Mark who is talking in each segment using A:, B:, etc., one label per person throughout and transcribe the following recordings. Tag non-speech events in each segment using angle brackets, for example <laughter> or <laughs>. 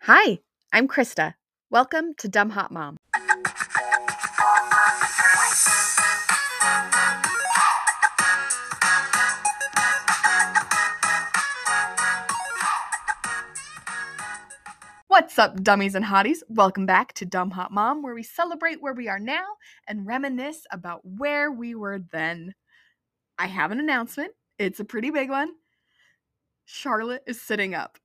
A: Hi, I'm Krista. Welcome to Dumb Hot Mom. What's up, dummies and hotties? Welcome back to Dumb Hot Mom, where we celebrate where we are now and reminisce about where we were then. I have an announcement. It's a pretty big one. Charlotte is sitting up.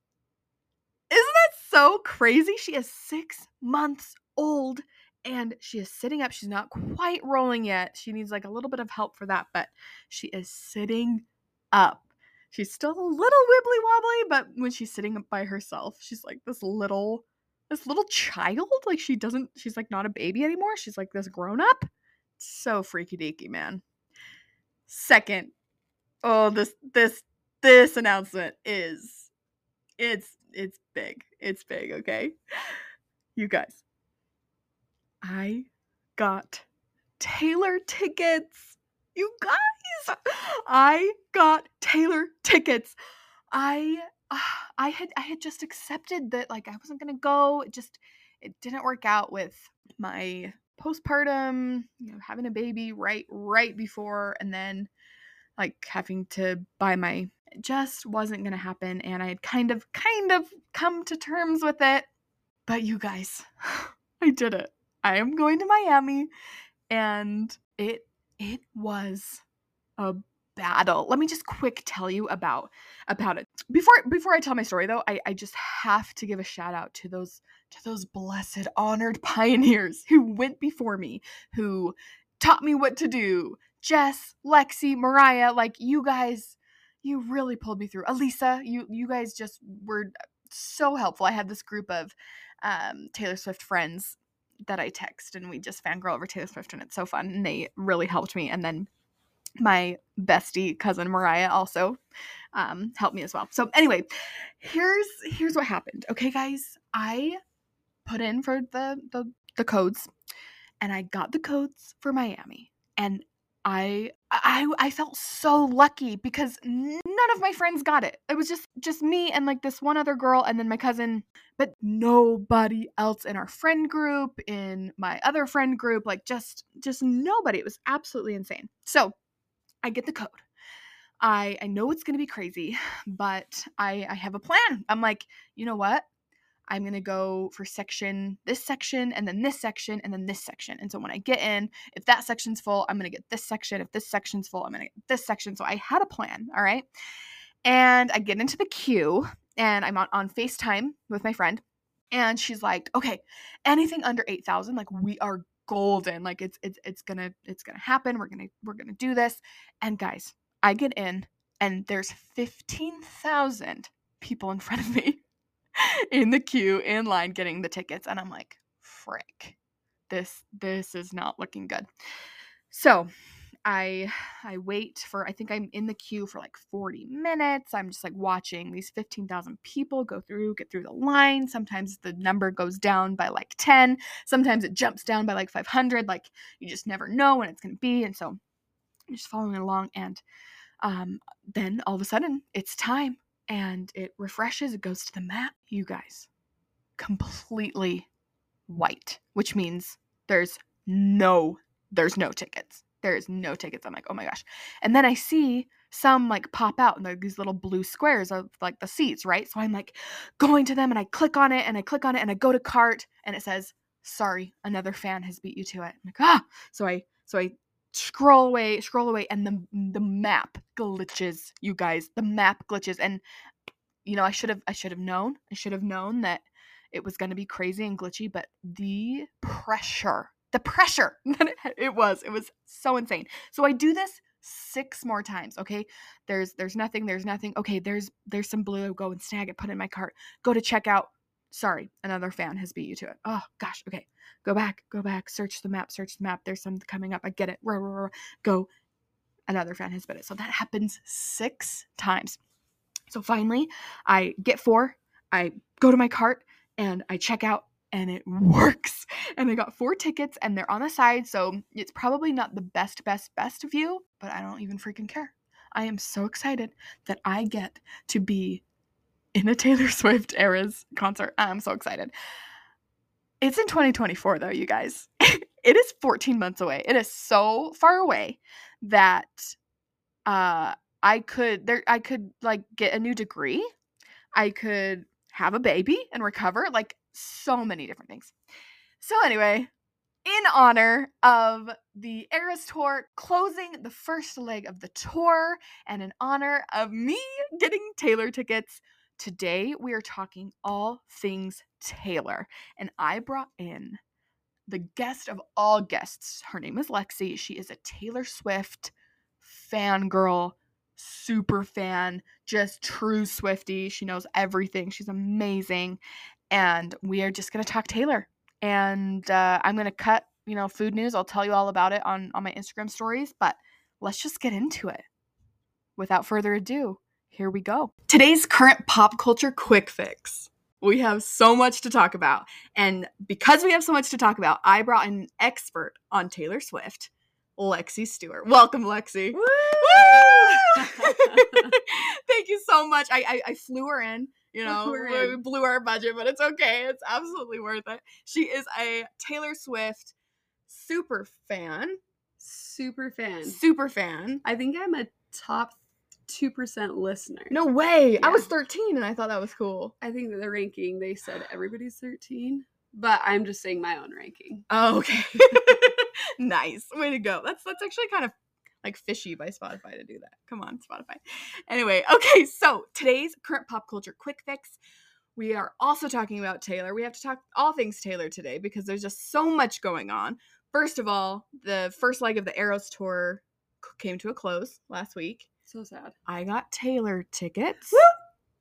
A: Isn't that so crazy? She is six months old and she is sitting up. She's not quite rolling yet. She needs like a little bit of help for that, but she is sitting up. She's still a little wibbly wobbly, but when she's sitting up by herself, she's like this little this little child. Like she doesn't she's like not a baby anymore. She's like this grown up. So freaky deaky, man. Second, oh this this this announcement is it's it's big. It's big, okay? You guys. I got Taylor tickets. You guys. I got Taylor tickets. I <sighs> ah, I had I had just accepted that like I wasn't going to go. It just it didn't work out with my postpartum, you know, having a baby right right before and then like having to buy my it just wasn't going to happen and i had kind of kind of come to terms with it but you guys <sighs> i did it i am going to miami and it it was a battle let me just quick tell you about about it before before i tell my story though i i just have to give a shout out to those to those blessed honored <laughs> pioneers who went before me who taught me what to do jess lexi mariah like you guys you really pulled me through. Elisa, you you guys just were so helpful. I had this group of um, Taylor Swift friends that I text, and we just fangirl over Taylor Swift, and it's so fun. And they really helped me. And then my bestie cousin Mariah also um, helped me as well. So anyway, here's here's what happened. Okay, guys, I put in for the the, the codes, and I got the codes for Miami, and I I I felt so lucky because none of my friends got it. It was just just me and like this one other girl and then my cousin, but nobody else in our friend group, in my other friend group, like just just nobody. It was absolutely insane. So, I get the code. I I know it's going to be crazy, but I I have a plan. I'm like, you know what? I'm going to go for section, this section, and then this section, and then this section. And so when I get in, if that section's full, I'm going to get this section. If this section's full, I'm going to get this section. So I had a plan. All right. And I get into the queue and I'm on, on FaceTime with my friend. And she's like, okay, anything under 8,000, like we are golden. Like it's, it's, it's gonna, it's gonna happen. We're gonna, we're gonna do this. And guys, I get in and there's 15,000 people in front of me <laughs> in the queue in line getting the tickets and i'm like frick this this is not looking good so i i wait for i think i'm in the queue for like 40 minutes i'm just like watching these 15000 people go through get through the line sometimes the number goes down by like 10 sometimes it jumps down by like 500 like you just never know when it's going to be and so i'm just following along and um, then all of a sudden it's time and it refreshes, it goes to the map. You guys, completely white, which means there's no there's no tickets. There is no tickets. I'm like, oh my gosh. And then I see some like pop out and they're these little blue squares of like the seats, right? So I'm like going to them and I click on it and I click on it and I go to cart and it says, sorry, another fan has beat you to it. I'm like, ah. So I so I scroll away, scroll away, and the the map glitches, you guys. The map glitches. And you know, I should have I should have known. I should have known that it was gonna be crazy and glitchy, but the pressure, the pressure <laughs> that it, it was, it was so insane. So I do this six more times, okay? There's there's nothing, there's nothing. Okay, there's there's some blue, go and snag it, put it in my cart, go to checkout. Sorry, another fan has beat you to it. Oh gosh, okay go back, go back, search the map, search the map. There's something coming up. I get it. Ruh, ruh, ruh. Go. Another fan has bit it. So that happens six times. So finally, I get four. I go to my cart and I check out, and it <laughs> works. And I got four tickets, and they're on the side. So it's probably not the best, best, best view, but I don't even freaking care. I am so excited that I get to be in a <laughs> Taylor Swift Eras concert. I'm so excited. It's in 2024, though, you guys. <laughs> it is 14 months away. It is so far away that uh, I could there I could like get a new degree. I could have a baby and recover. Like so many different things. So anyway, in honor of the Eras Tour closing the first leg of the tour and in honor of me getting Taylor tickets, today we are talking all things Taylor. And I brought in the guest of all guests. Her name is Lexi. She is a Taylor Swift fangirl, super fan, just true Swifty. She knows everything. She's amazing. And we are just going to talk Taylor and uh, I'm gonna cut you know food news. I'll tell you all about it on on my Instagram stories. But let's just get into it. Without further ado, here we go. Today's current pop culture quick fix. We have so much to talk about, and because we have so much to talk about, I brought in an expert on Taylor Swift, Lexi Stewart. Welcome, Lexi. Woo! <laughs> Thank you so much. I, I I flew her in. You know,
B: We're
A: we,
B: in.
A: we blew our budget, but it's okay. It's absolutely worth it. She is a Taylor Swift super fan,
B: Super fan.
A: super fan.
B: I think I'm a top 2% listener.
A: No way. I
B: Yeah.
A: was 13 and I thought that was cool.
B: I think that the ranking, they said everybody's 13, but I'm just saying my own ranking.
A: Oh, okay. <laughs> nice. Way to go. That's that's actually kind of like fishy by Spotify to do that. Come on, Spotify. Anyway, okay, so today's current pop culture quick fix. We are also talking about Taylor. We have to talk all things Taylor today because there's just so much going on. First of all, the first leg of the Eros tour c- came to a close last week.
B: So sad.
A: I got Taylor tickets
B: Woo!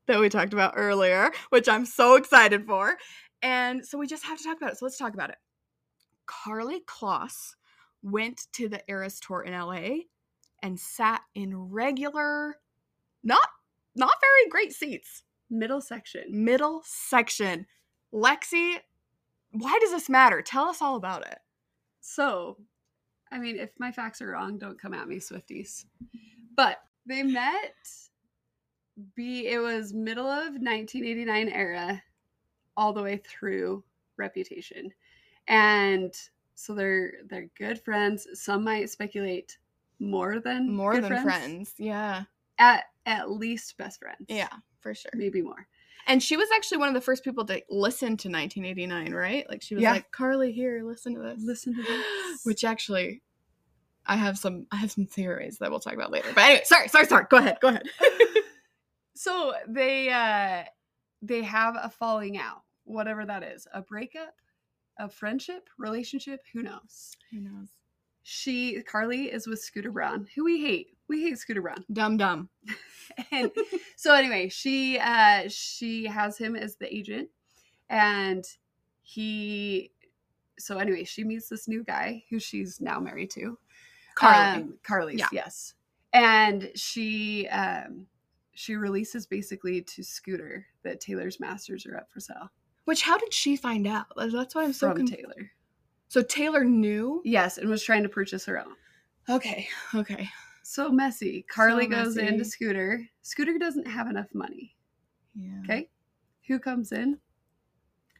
A: that we talked about earlier, which I'm so excited for. And so we just have to talk about it. So let's talk about it. Carly Kloss went to the Eras tour in LA and sat in regular, not not very great seats,
B: Middle section.
A: middle section. Lexi, why does this matter? Tell us all about it.
B: So, I mean, if my facts are wrong, don't come at me, Swifties. But they met. Be it was middle of 1989 era, all the way through Reputation, and so they're they're good friends. Some might speculate more than
A: More
B: good
A: than friends. Yeah.
B: At at least best friends.
A: Yeah, for sure.
B: maybe more.
A: And she was actually one of the first people to listen to 1989, right? Like she was
B: Yeah.
A: like, Carly, here, listen to this.
B: Listen to this.
A: <gasps> Which actually, I have some I have some theories that we'll talk about later. But anyway, sorry, sorry, sorry. Go ahead, go ahead.
B: <laughs> so they uh they have a falling out whatever that is a breakup a friendship relationship who knows
A: Who knows?
B: she carly is with scooter brown who we hate we hate scooter brown
A: Dumb, dumb.
B: <laughs> and so anyway she uh she has him as the agent and he so anyway she meets this new guy who she's now married to
A: Carly.
B: um, Carly's,
A: Yeah.
B: yes. And she um she releases basically to Scooter that Taylor's masters are up for sale
A: Which how did she find out? Like, That's why Oh, I'm so
B: from
A: confused.
B: Taylor.
A: So Taylor knew.
B: Yes, and was trying to purchase her own.
A: Okay, okay.
B: So messy. Carly
A: So
B: goes into
A: messy.
B: Scooter. Scooter doesn't have enough money.
A: Yeah.
B: Okay. Who comes in?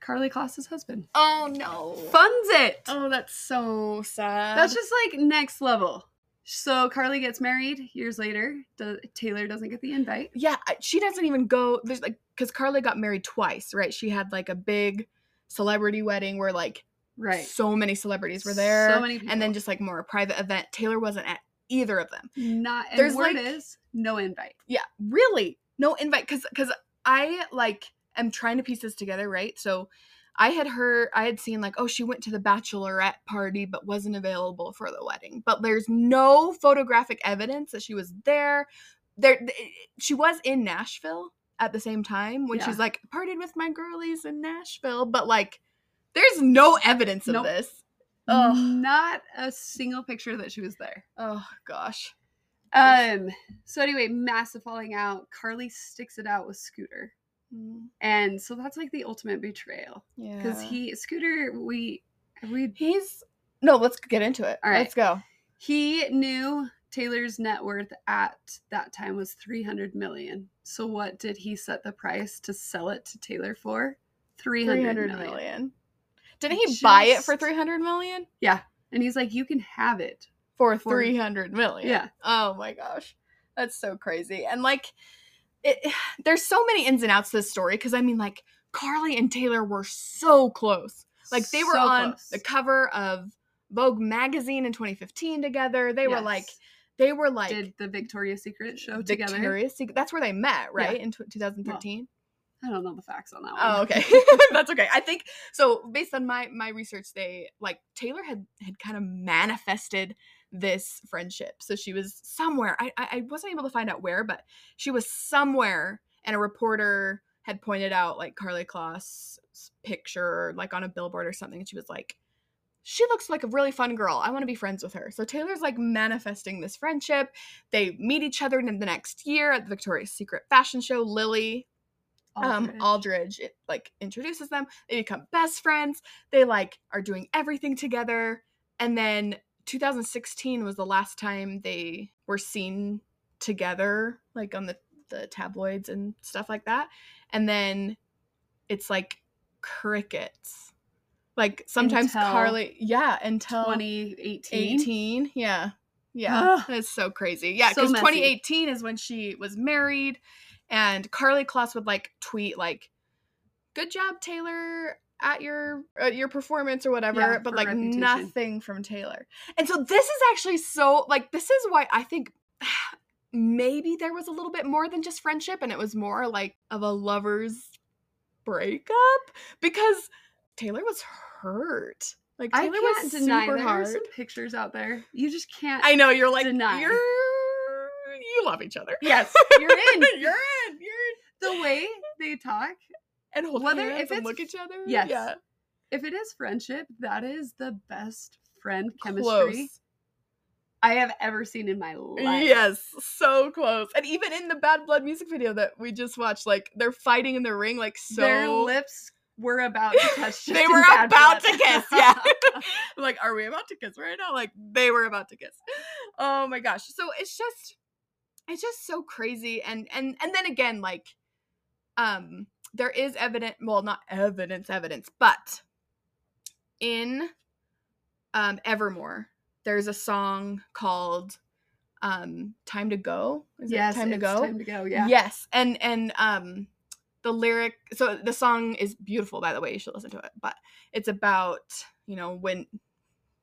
B: Carly Kloss's husband.
A: Oh no.
B: Funds it.
A: Oh, that's so sad.
B: That's just like next level. So Carly gets married years later. Do- Taylor doesn't get the invite.
A: yeah I- she doesn't even go there's like because carla got married twice right she had like a big celebrity wedding where like
B: Right.
A: so many celebrities were there
B: So many people.
A: and then just like more a private event taylor wasn't at either of them
B: not and
A: There's,
B: there's word
A: like-
B: is no invite
A: yeah really no invite because because i like am trying to piece this together right so i had heard i had seen like oh she went to the bachelorette party but wasn't available for the wedding but there's no photographic evidence that she was there there th- eh, she was in nashville at the same time when
B: Yeah.
A: she's like partied with my girlies in nashville but like there's no evidence of
B: Nope.
A: this oh
B: not a single picture that she was there
A: oh gosh
B: um so anyway massive falling out carly sticks it out with scooter and so that's like the ultimate betrayal
A: Mm, yeah
B: because he scooter we we
A: he's no let's get into it
B: All right.
A: let's go
B: he knew Taylor's net worth at that time was 300 million. So what did he set the price to sell it to Taylor for? 300,
A: 300
B: million.
A: million. Didn't he buy it for
B: Just-
A: 300 million?
B: And he's like, "You can have it."
A: For
B: For-
A: 300 million.
B: Yeah.
A: Oh my gosh. That's so crazy. And like it <sighs> there's so many ins and outs to this story cuz I mean like Carly and Taylor were so close. Like they were
B: So
A: on
B: close.
A: the cover of Vogue magazine in 2015 together. They were like
B: Yes.
A: they were like
B: did the Victoria's Secret show together.
A: Victoria's Secret. That's where they met, right? In tw 2013.
B: I don't know the facts on that one.
A: Oh,
B: <laughs>
A: okay. <laughs> That's okay. I think so. Based on my my research, they like Taylor had had kind of manifested this friendship. So she was somewhere. I I I wasn't able to find out where, but she was somewhere, and a reporter had pointed out like Carly Kloss' picture, like on a billboard or something, and she was like. She looks like a really fun girl. I want to be friends with her. So Taylor's like manifesting this friendship. They meet each other in the next year at the Victoria's Secret fashion show. Lily, um
B: Aldridge.
A: Aldridge it, like introduces them. They become best friends. They like are doing everything together. And then 2016 was the last time they were seen together like on the the tabloids and stuff like that. And then it's like crickets. Like sometimes
B: Until
A: Carly yeah, until
B: 2018.
A: 18 yeah yeah
B: Ugh.
A: that's so crazy yeah
B: So
A: because
B: messy.
A: 2018 is when she was married and carly kloss would like tweet like good job taylor at your at your performance or whatever
B: Yeah,
A: but
B: for
A: like
B: reputation.
A: nothing from taylor and so this is actually so like this is why i think <sighs> maybe there was a little bit more than just friendship and it was more like of a lover's breakup because taylor was hurt like
B: I
A: taylor
B: can't
A: was
B: deny
A: super
B: there are
A: hard
B: some pictures out there. You just can't.
A: I know you're like
B: deny.
A: you're you love each other.
B: yes, <laughs> you're
A: <laughs>
B: in.
A: you're in. You're in.
B: the way they talk.
A: And hold
B: Whether-
A: hands
B: if
A: and
B: it's-
A: look at each other.
B: yes.
A: Yeah.
B: If it is friendship, that is the best friend chemistry
A: Close.
B: I have ever seen in my life.
A: Yes. So close. And even in the Bad Blood music video that we just watched, like they're fighting in the ring, like so.
B: Their lips were about to touch.
A: <laughs>
B: just
A: they
B: in
A: were
B: bad
A: about
B: blood.
A: to kiss.
B: <laughs>
A: Yeah. I'm like, are we about to kiss right now? Like, they were about to kiss. Oh my gosh. So it's just, it's just so crazy. And and and then again, like, um, there is evidence. Well, not evidence, evidence, but in um Evermore, there's a song called um "Time to Go." Is
B: yes,
A: it "Time to
B: it's
A: Go"?
B: Time to go. Yeah.
A: Yes, and and um, the lyric. So the song is beautiful, by the way. You should listen to it. But it's about you know when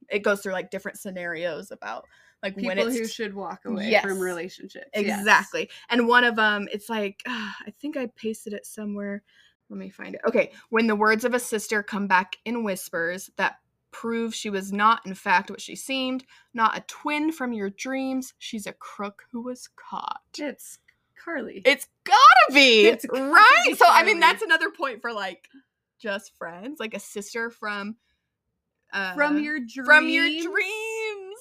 A: it goes through like different scenarios about like when
B: People
A: it's
B: who should walk away
A: Yes.
B: from relationships. Yes.
A: exactly. And one of them, it's like ah, I think I pasted it somewhere. Let me find it. Okay, when the words of a sister come back in whispers that prove she was not in fact what she seemed, not a twin from your dreams. She's a crook who was caught.
B: It's Carly.
A: It's gotta be
B: It's gotta
A: right.
B: be
A: so I mean,
B: Carly.
A: that's another point for like just friends, like a sister from uh,
B: from your dreams.
A: from your dreams.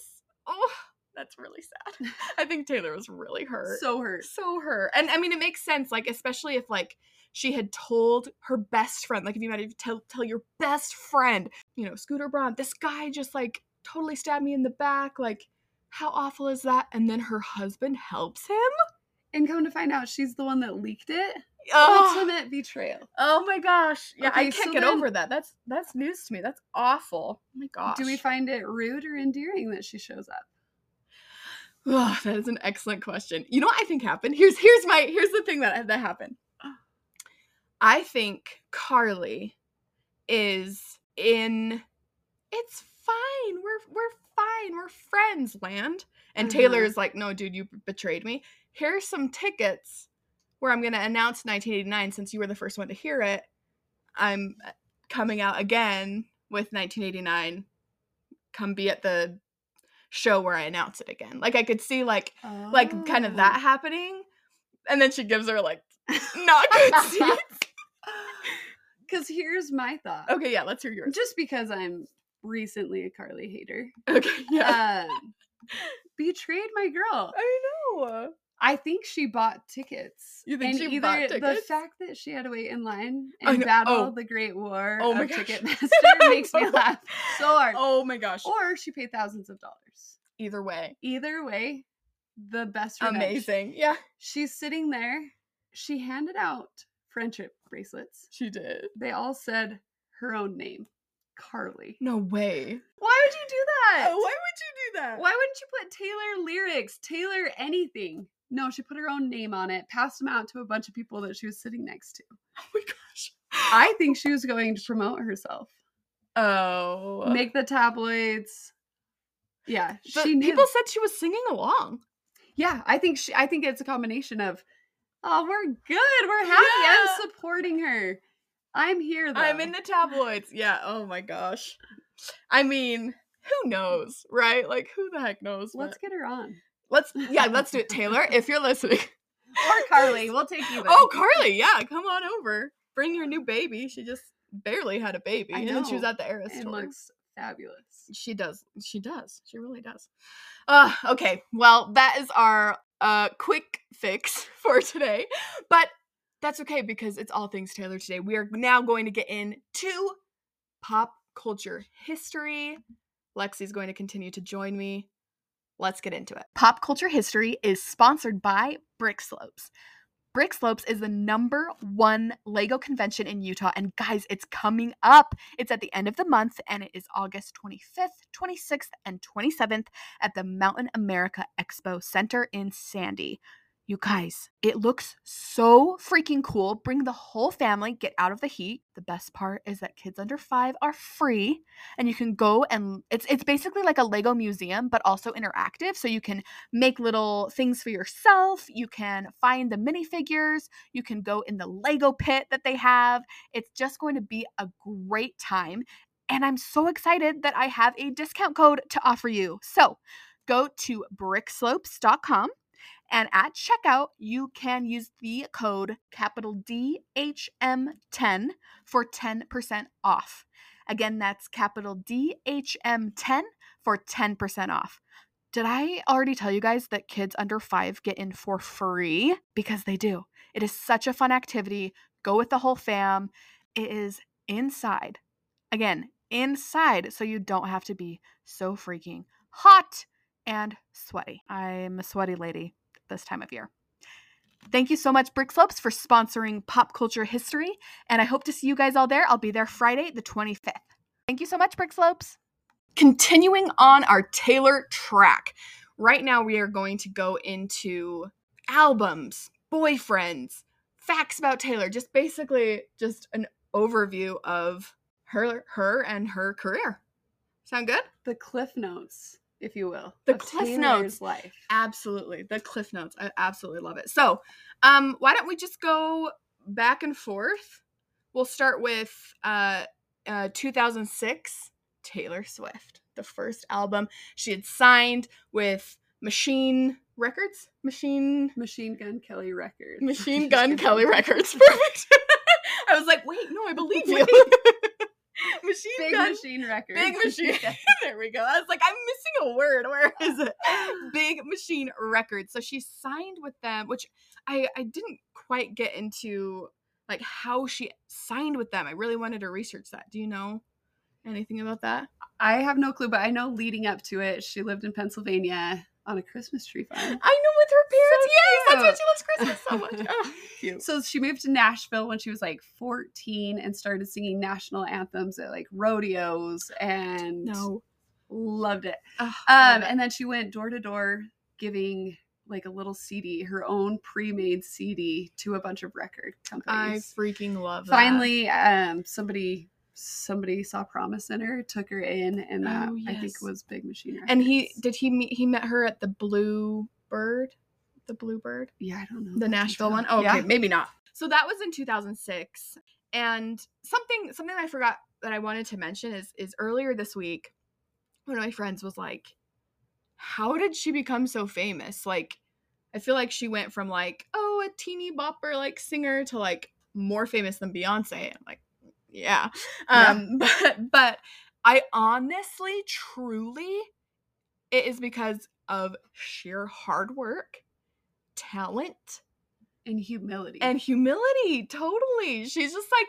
A: Oh, that's really
B: <laughs>
A: sad. I think Taylor was really hurt.
B: So hurt.
A: so hurt, and I mean, it makes sense. Like especially if like she had told her best friend, like if you might have tell tell your best friend, you know, Scooter Braun, this guy just like totally stabbed me in the back, like. How awful is that? And then her husband helps him.
B: And come to find out, she's the one that leaked it.
A: Ugh.
B: Ultimate betrayal.
A: Oh my gosh. Yeah, I
B: Okay,
A: can't
B: so
A: get
B: then-
A: over that. That's that's news to me. That's awful. Oh my gosh.
B: Do we find it rude or endearing that she shows up?
A: Ugh, that is an excellent question. You know what I think happened? Here's here's my here's the thing that that happened. I think Carly is in it's fine. We're we're fine. We're friends, land. And
B: Uh-huh.
A: Taylor is like, "No, dude, you betrayed me. Here's some tickets where I'm going to announce 1989 since you were the first one to hear it. I'm uh, coming out again with 1989. Come be at the show where I announce it again." Like I could see like like kind
B: Oh.
A: of
B: <gasps>
A: that happening. And then she gives her like not <laughs> good seats.
B: Because here's my thought.
A: Okay, yeah, let's hear yours. <laughs>
B: Just because I'm recently a Carly hater,
A: Okay, yeah. <laughs>
B: um, betrayed my girl.
A: I know.
B: I think she bought tickets.
A: You think
B: and
A: she
B: either
A: bought
B: The
A: tickets?
B: fact that she had to wait in line
A: I
B: and
A: know-
B: battle
A: oh.
B: the Great War
A: Oh my
B: of
A: gosh.
B: Ticketmaster
A: <laughs>
B: makes me laugh so hard.
A: Oh my gosh.
B: Or she paid thousands of dollars.
A: Either way.
B: Either way, the best revenge.
A: Amazing. Yeah,
B: She's sitting there. She handed out friendship bracelets.
A: she did.
B: They all said her own name, Carly.
A: No way.
B: Why would you do that?
A: Oh, why would you do that?
B: Why wouldn't you put Taylor lyrics, Taylor anything? No, she put her own name on it, passed them out to a bunch of people that she was sitting next to.
A: Oh my gosh.
B: I think she was going to promote herself,
A: Oh.
B: make the tabloids. Yeah,
A: But
B: she knew.
A: people said she was singing along.
B: yeah, I think she. I think it's a combination of, oh, we're good, we're happy.
A: Yeah.
B: I'm supporting her. I'm here. Though.
A: I'm in the tabloids. Yeah. Oh my gosh. I mean, who knows, right? Like, who the heck knows?
B: Let's get her on.
A: but- let's. Yeah, let's do it, Taylor. If you're listening, <laughs>
B: Or Carly, we'll take <laughs> you.
A: Oh, Carly. Yeah, come on over. Bring your new baby. She just barely had a baby,
B: I
A: and then she was
B: know,
A: at the era
B: it
A: store.
B: looks fabulous.
A: She does. She does. She really does. Uh, okay. Well, that is our uh, quick fix <laughs> for today. But that's okay because it's all things Taylor today. We are now going to get into pop culture history. Lexi's going to continue to join me. Let's get into it. Pop culture history is sponsored by Brick Slopes. Brick Slopes is the number one Lego convention in Utah. And guys, it's coming up. It's at the end of the month and it is August 25th, 26th, and 27th at the Mountain America Expo Center in Sandy. You guys, it looks so freaking cool. Bring the whole family, get out of the heat. The best part is that kids under 5 are free and you can go and it's it's basically like a Lego museum but also interactive so you can make little things for yourself, you can find the minifigures, you can go in the Lego pit that they have. It's just going to be a great time. And I'm so excited that I have a discount code to offer you. So go to brickslopes.com and at checkout, you can use the code capital DHM10 for 10% off. Again, that's capital DHM10 for 10% off. Did I already tell you guys that kids under five get in for free? Because they do. It is such a fun activity. Go with the whole fam. It is inside. Again, inside, so you don't have to be so freaking hot and sweaty. I'm a sweaty lady this time of year. Thank you so much, Brick Slopes, for sponsoring pop culture history, and I hope to see you guys all there. I'll be there Friday, the 25th. Thank you so much, Brick Slopes. Continuing on our Taylor track, right now we are going to go into albums, boyfriends, facts about Taylor, just basically just an overview of her her and her career. Sound good?
B: The cliff notes, if you will.
A: The
B: of
A: Cliff
B: Taylor's
A: Notes.
B: life.
A: Absolutely. The cliff notes. I absolutely love it. So, um, why don't we just go back and forth? We'll start with uh, uh, 2006, Taylor Swift, the first album she had signed with Machine Records. Machine
B: Machine Gun Kelly record. <laughs>
A: <laughs> Machine Gun Kelly Records. <laughs> Perfect. I was like, wait, no, I believe <laughs> you. Machine
B: Big
A: Gun.
B: Machine Records. <laughs>
A: Big machine. <laughs> there we go. I was like, I'm missing a word. Where is
B: <laughs>
A: it? Big machine records. So she signed with them, which I I didn't quite get into like how she signed with them. I really wanted to research that. Do you know anything about that?
B: I have no clue, but I know leading up to it, she lived in Pennsylvania on a Christmas tree farm.
A: I know with her parents. yes, that's why
B: cute.
A: she loves Christmas so
B: <laughs>
A: much. Oh, cute.
B: So she moved to Nashville when she was like 14 and started singing national anthems at like rodeos and
A: No.
B: loved it.
A: Ugh, I
B: Um,
A: love it.
B: and then she went door to door giving like a little CD, her own pre-made CD to a bunch of record
A: I
B: companies.
A: freaking love that.
B: Finally, um, somebody somebody saw promise in her, took her in, and that
A: Oh,
B: I think
A: yes.
B: was Big Machine. Records.
A: And he did he meet he met her at the Blue Bird? The Blue Bird?
B: yeah, I don't know
A: the
B: that
A: Nashville
B: detail.
A: one. Oh, okay,
B: Yeah.
A: maybe not. So that was in 2006, and something something I forgot that I wanted to mention is is earlier this week, one of my friends was like, "How did she become so famous? Like, I feel like she went from like oh a teeny bopper like singer to like more famous than Beyonce." I'm like, yeah,
B: Yeah.
A: um, <laughs> but but I honestly, truly, it is because of sheer hard work, talent,
B: and humility.
A: and humility totally she's just like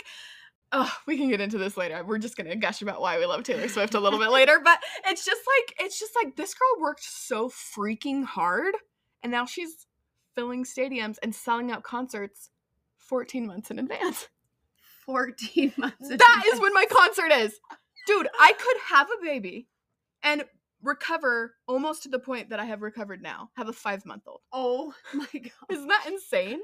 A: oh we can get into this later we're just gonna gush about why we love taylor swift a
B: <laughs>
A: little bit later but it's just like it's just like this girl worked so freaking hard And now she's filling stadiums and selling out concerts 14 months in
B: <laughs>
A: advance.
B: 14 <laughs> months. in
A: That is
B: advance.
A: when my concert is. Dude, I could have a baby and recover almost to the point that I have recovered now. Have a 5-month old.
B: Oh my <laughs> god.
A: Isn't that insane?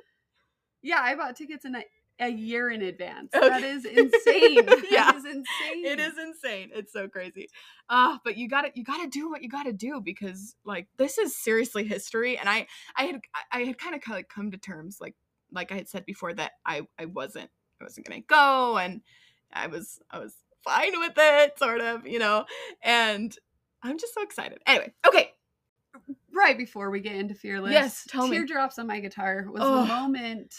B: Yeah, I bought tickets in a, a year in advance.
A: Okay.
B: That
A: <laughs>
B: is insane.
A: Yeah.
B: That is insane.
A: It is insane. It's so crazy. Uh, but you got to you got to do what you got to do because like this is seriously history and I I had I- I had kind of like come to terms like like I had said before that I I wasn't I wasn't going to go and I was I was fine with it sort of, you know. And I'm just so excited. Anyway, okay.
B: Right before we get into Fearless,
A: Yes, tell me.
B: Teardrops on My Guitar was
A: Oh.
B: the moment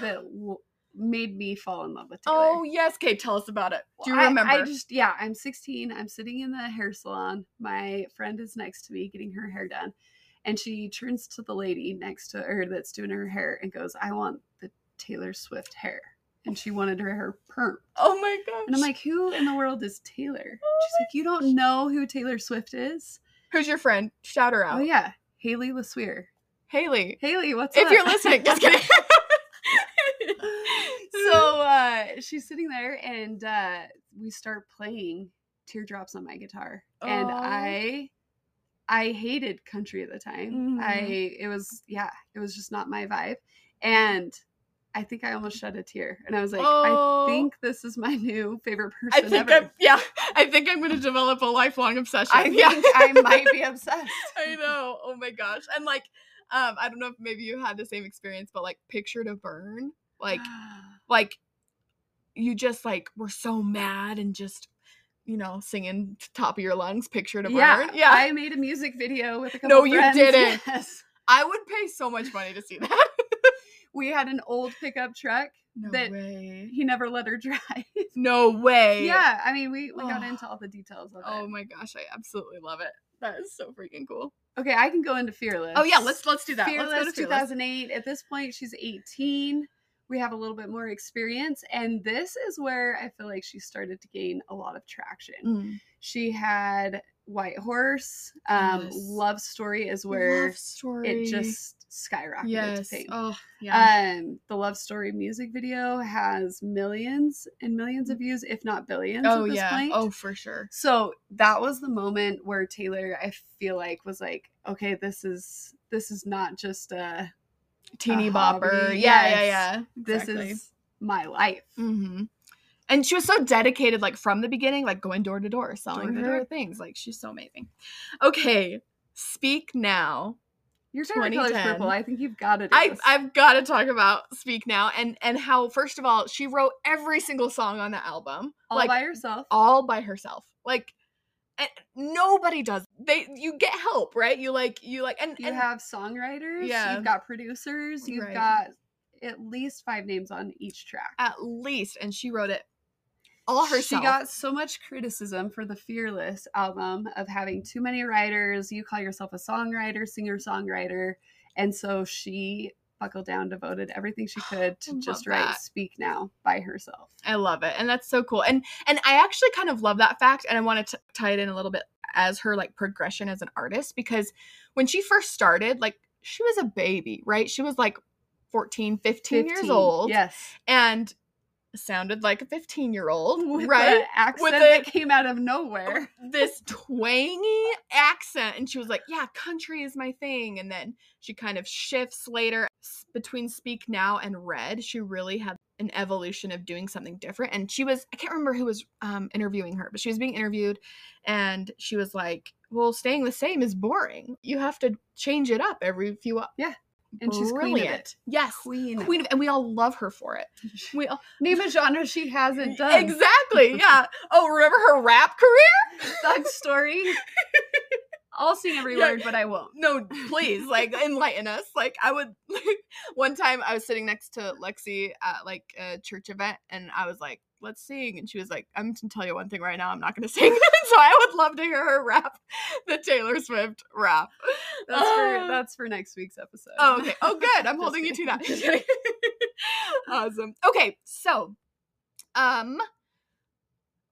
B: that w- made me fall in love with Taylor.
A: Oh, yes. Okay, tell us about it. Do you
B: I-
A: remember?
B: I, just yeah, I'm 16. I'm sitting in the hair salon. My friend is next to me getting her hair done, and she turns to the lady next to her that's doing her hair and goes, "I want the Taylor Swift hair." And she wanted her hair perm.
A: oh my gosh.
B: And I'm like, "Who in the world is Taylor?"
A: Oh
B: She's like, "You don't know who Taylor Swift is?"
A: who's your friend? Shout her out.
B: Oh yeah, Haley Lasweer.
A: Haley.
B: Haley, what's
A: If
B: up? <laughs>
A: you're listening, just kidding. <laughs>
B: so uh, she's sitting there and uh, we start playing teardrops on my guitar and
A: Aw.
B: i i hated country at the time
A: Mhm.
B: i it was yeah it was just not my vibe and i think i almost shed a tear and i was like
A: Oh.
B: i think this is my new favorite
A: I
B: person
A: think
B: ever
A: I'm yeah. I think I'm gonna develop a lifelong obsession.
B: <laughs> i think
A: yeah.
B: i might be obsessed
A: <laughs> I know. Oh my gosh. And like, um, I don't know if maybe you had the same experience, but like picture to burn. Like
B: <sighs>
A: like you just like were so mad and just you know, singing t- top of your lungs, picture to
B: yeah,
A: burn. Yeah. I,
B: I made a music video with a couple
A: No, you
B: friends, <laughs>
A: didn't.
B: Yes.
A: would pay so much money to see that. <laughs>
B: We had an old pickup truck
A: No
B: That-
A: way.
B: he never let her <laughs> drive.
A: No way.
B: yeah, I mean, we, we got
A: Oh. <sighs>
B: into all the details of
A: Oh
B: it.
A: my gosh, I absolutely love it. That is so freaking cool.
B: Okay, I can go into Fearless.
A: Oh yeah, let's let's do that.
B: Fearless,
A: let's go to Fearless.
B: 2008. At this point, she's 18. We have a little bit more experience, and this is where I feel like she started to gain a lot of traction.
A: Mm.
B: She had White Horse. Um,
A: Yes.
B: Love Story is where
A: Love story.
B: it just skyrocketed. To
A: yes.
B: fame.
A: Oh yeah.
B: Um, the Love Story music video has millions and millions of views, if not billions.
A: oh
B: at this
A: yeah.
B: Point.
A: Oh for sure.
B: So that was the moment where Taylor, I feel like, was like, okay, this is this is not just a
A: Teeny
B: hobby,
A: bopper. Yeah, yeah,
B: yes.
A: yeah.
B: this is my life.
A: hmm And she was so dedicated, like from the beginning, like going door to door, selling the
B: Door-to-door.
A: door things. Like she's so amazing. Okay, speak now.
B: Your favorite color is
A: 2010.
B: purple. I think you've got it.
A: I I've got to talk about speak now and and how first of all she wrote every single song on the album
B: all
A: like
B: by yourself.
A: all by herself. Like and nobody does. They you get help, right? You like you like and
B: you
A: and
B: have songwriters.
A: Yeah.
B: You've got producers. You've
A: Right.
B: got at least five names on each track.
A: at least and she wrote it all herself.
B: She got so much criticism for the Fearless album of having too many writers. You call yourself a songwriter, singer songwriter. And so she buckled down, devoted
A: <gasps>
B: everything she could
A: I
B: to
A: love
B: just write
A: that.
B: Speak Now by herself.
A: I love it, and that's so cool. And and I actually kind of love that fact, and I want to tie it in a little bit as her like progression as an artist because when she first started, like she was a baby, right? She was like 14, 15, years
B: 15,
A: old,
B: Yes.
A: <laughs> and sounded like a fifteen year old,
B: <laughs> With
A: right?
B: The accent
A: With
B: that
A: the-
B: came out of nowhere.
A: this twangy accent and she was like yeah country is my thing and then she kind of shifts later S- between speak now and red she really had an evolution of doing something different and she was i can't remember who was um, interviewing her but she was being interviewed and she was like well staying the same is boring you have to change it up every few up
B: Yeah, And she's queen of it.
A: Oh, yes
B: Queen.
A: queen of and we all love her for it we
B: <laughs>
A: all
B: Name a genre she hasn't done.
A: E, exactly yeah oh remember her rap career <laughs>
B: Thug story. I'll sing every
A: Yeah.
B: word, but I won't.
A: no please like enlighten us like i would <laughs> one time i was sitting next to lexi at like a church event and i was like let's sing and she was like i'm gonna tell you one thing right now i'm not gonna <laughs> sing so i would love to hear her rap <laughs> the taylor swift rap
B: That's
A: Ah.
B: for that's for next week's episode.
A: oh okay oh good i'm
B: <laughs> Just
A: holding you to
B: kidding.
A: that <laughs> Just
B: <laughs>
A: kidding. <laughs> awesome okay so um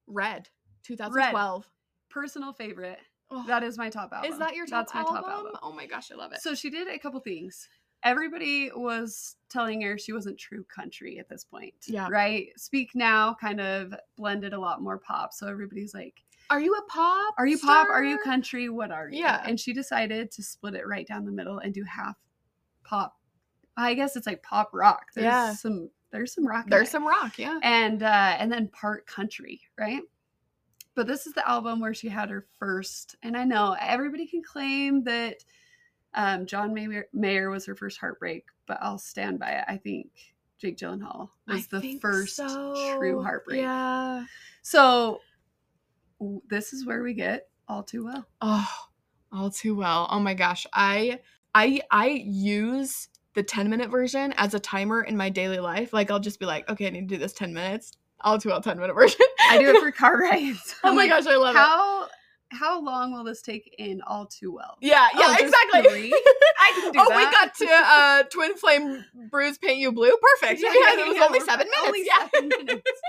A: red 2012
B: personal favorite.
A: Ugh.
B: That is my top album.
A: Oh. Is that your top
B: That's
A: album?
B: my top album.
A: Oh my gosh, I love it.
B: So she did a couple things. Everybody was telling her she wasn't true country at this point.
A: Yeah.
B: Right? Speak Now kind of blended a lot more pop. So everybody's like,
A: are you a pop?
B: are you pop? Are you
A: star?
B: country? What are you?
A: Yeah.
B: And she decided to split it right down the middle and do half pop. I guess it's like pop rock. There's
A: Yeah.
B: some there's some rock. in
A: There's
B: it.
A: some rock, yeah.
B: and uh and then part country, right? But this is the album where she had her first, and I know everybody can claim that um John Mayer, Mayer was her first heartbreak, but I'll stand by it. I think Jake Gyllenhaal
A: I
B: was the
A: think
B: first
A: so.
B: true heartbreak.
A: Yeah.
B: So w- this is where we get all
A: <laughs>
B: too well.
A: Oh, all too well. Oh my gosh. I I I use the 10 minute version as a timer in my daily life. Like I'll just be like, okay, I need to do this 10 minutes. All too well 10 minute version.
B: I
A: <laughs>
B: do it for car rides.
A: oh
B: I'm
A: my
B: <laughs> like,
A: gosh, I love it.
B: How how long will this take in all too well?
A: Yeah, yeah,
B: Oh, just
A: exactly. <laughs>
B: three? I can do
A: oh, we
B: that.
A: got to uh, Twin Flame Bruise Paint You Blue. Perfect. <laughs> Yeah, it was
B: yeah,
A: only
B: we're
A: seven minutes.
B: only
A: yeah. <laughs>
B: seven minutes.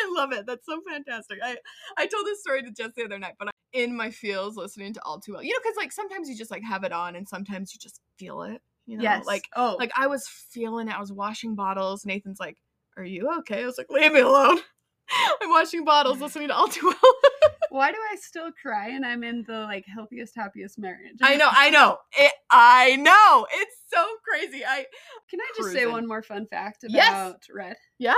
A: I love it. That's so fantastic. I, I told this story to Jess the other night, but I'm in my feels listening to All Too Well. You know, because like sometimes you just like have it on and sometimes you just feel it. You know,
B: yes.
A: like
B: oh,
A: like I was feeling it. I was washing bottles. Nathan's like, "Are you okay?" I was like, "Leave me alone." <laughs> I'm washing bottles, listening to All Too Well. <laughs>
B: why do I still cry and I'm in the like healthiest, happiest marriage?
A: I know, I know, it, I know. It's so crazy. I
B: Can I just say
A: Cruising.
B: one more fun fact about
A: Yes.
B: Red?
A: yeah.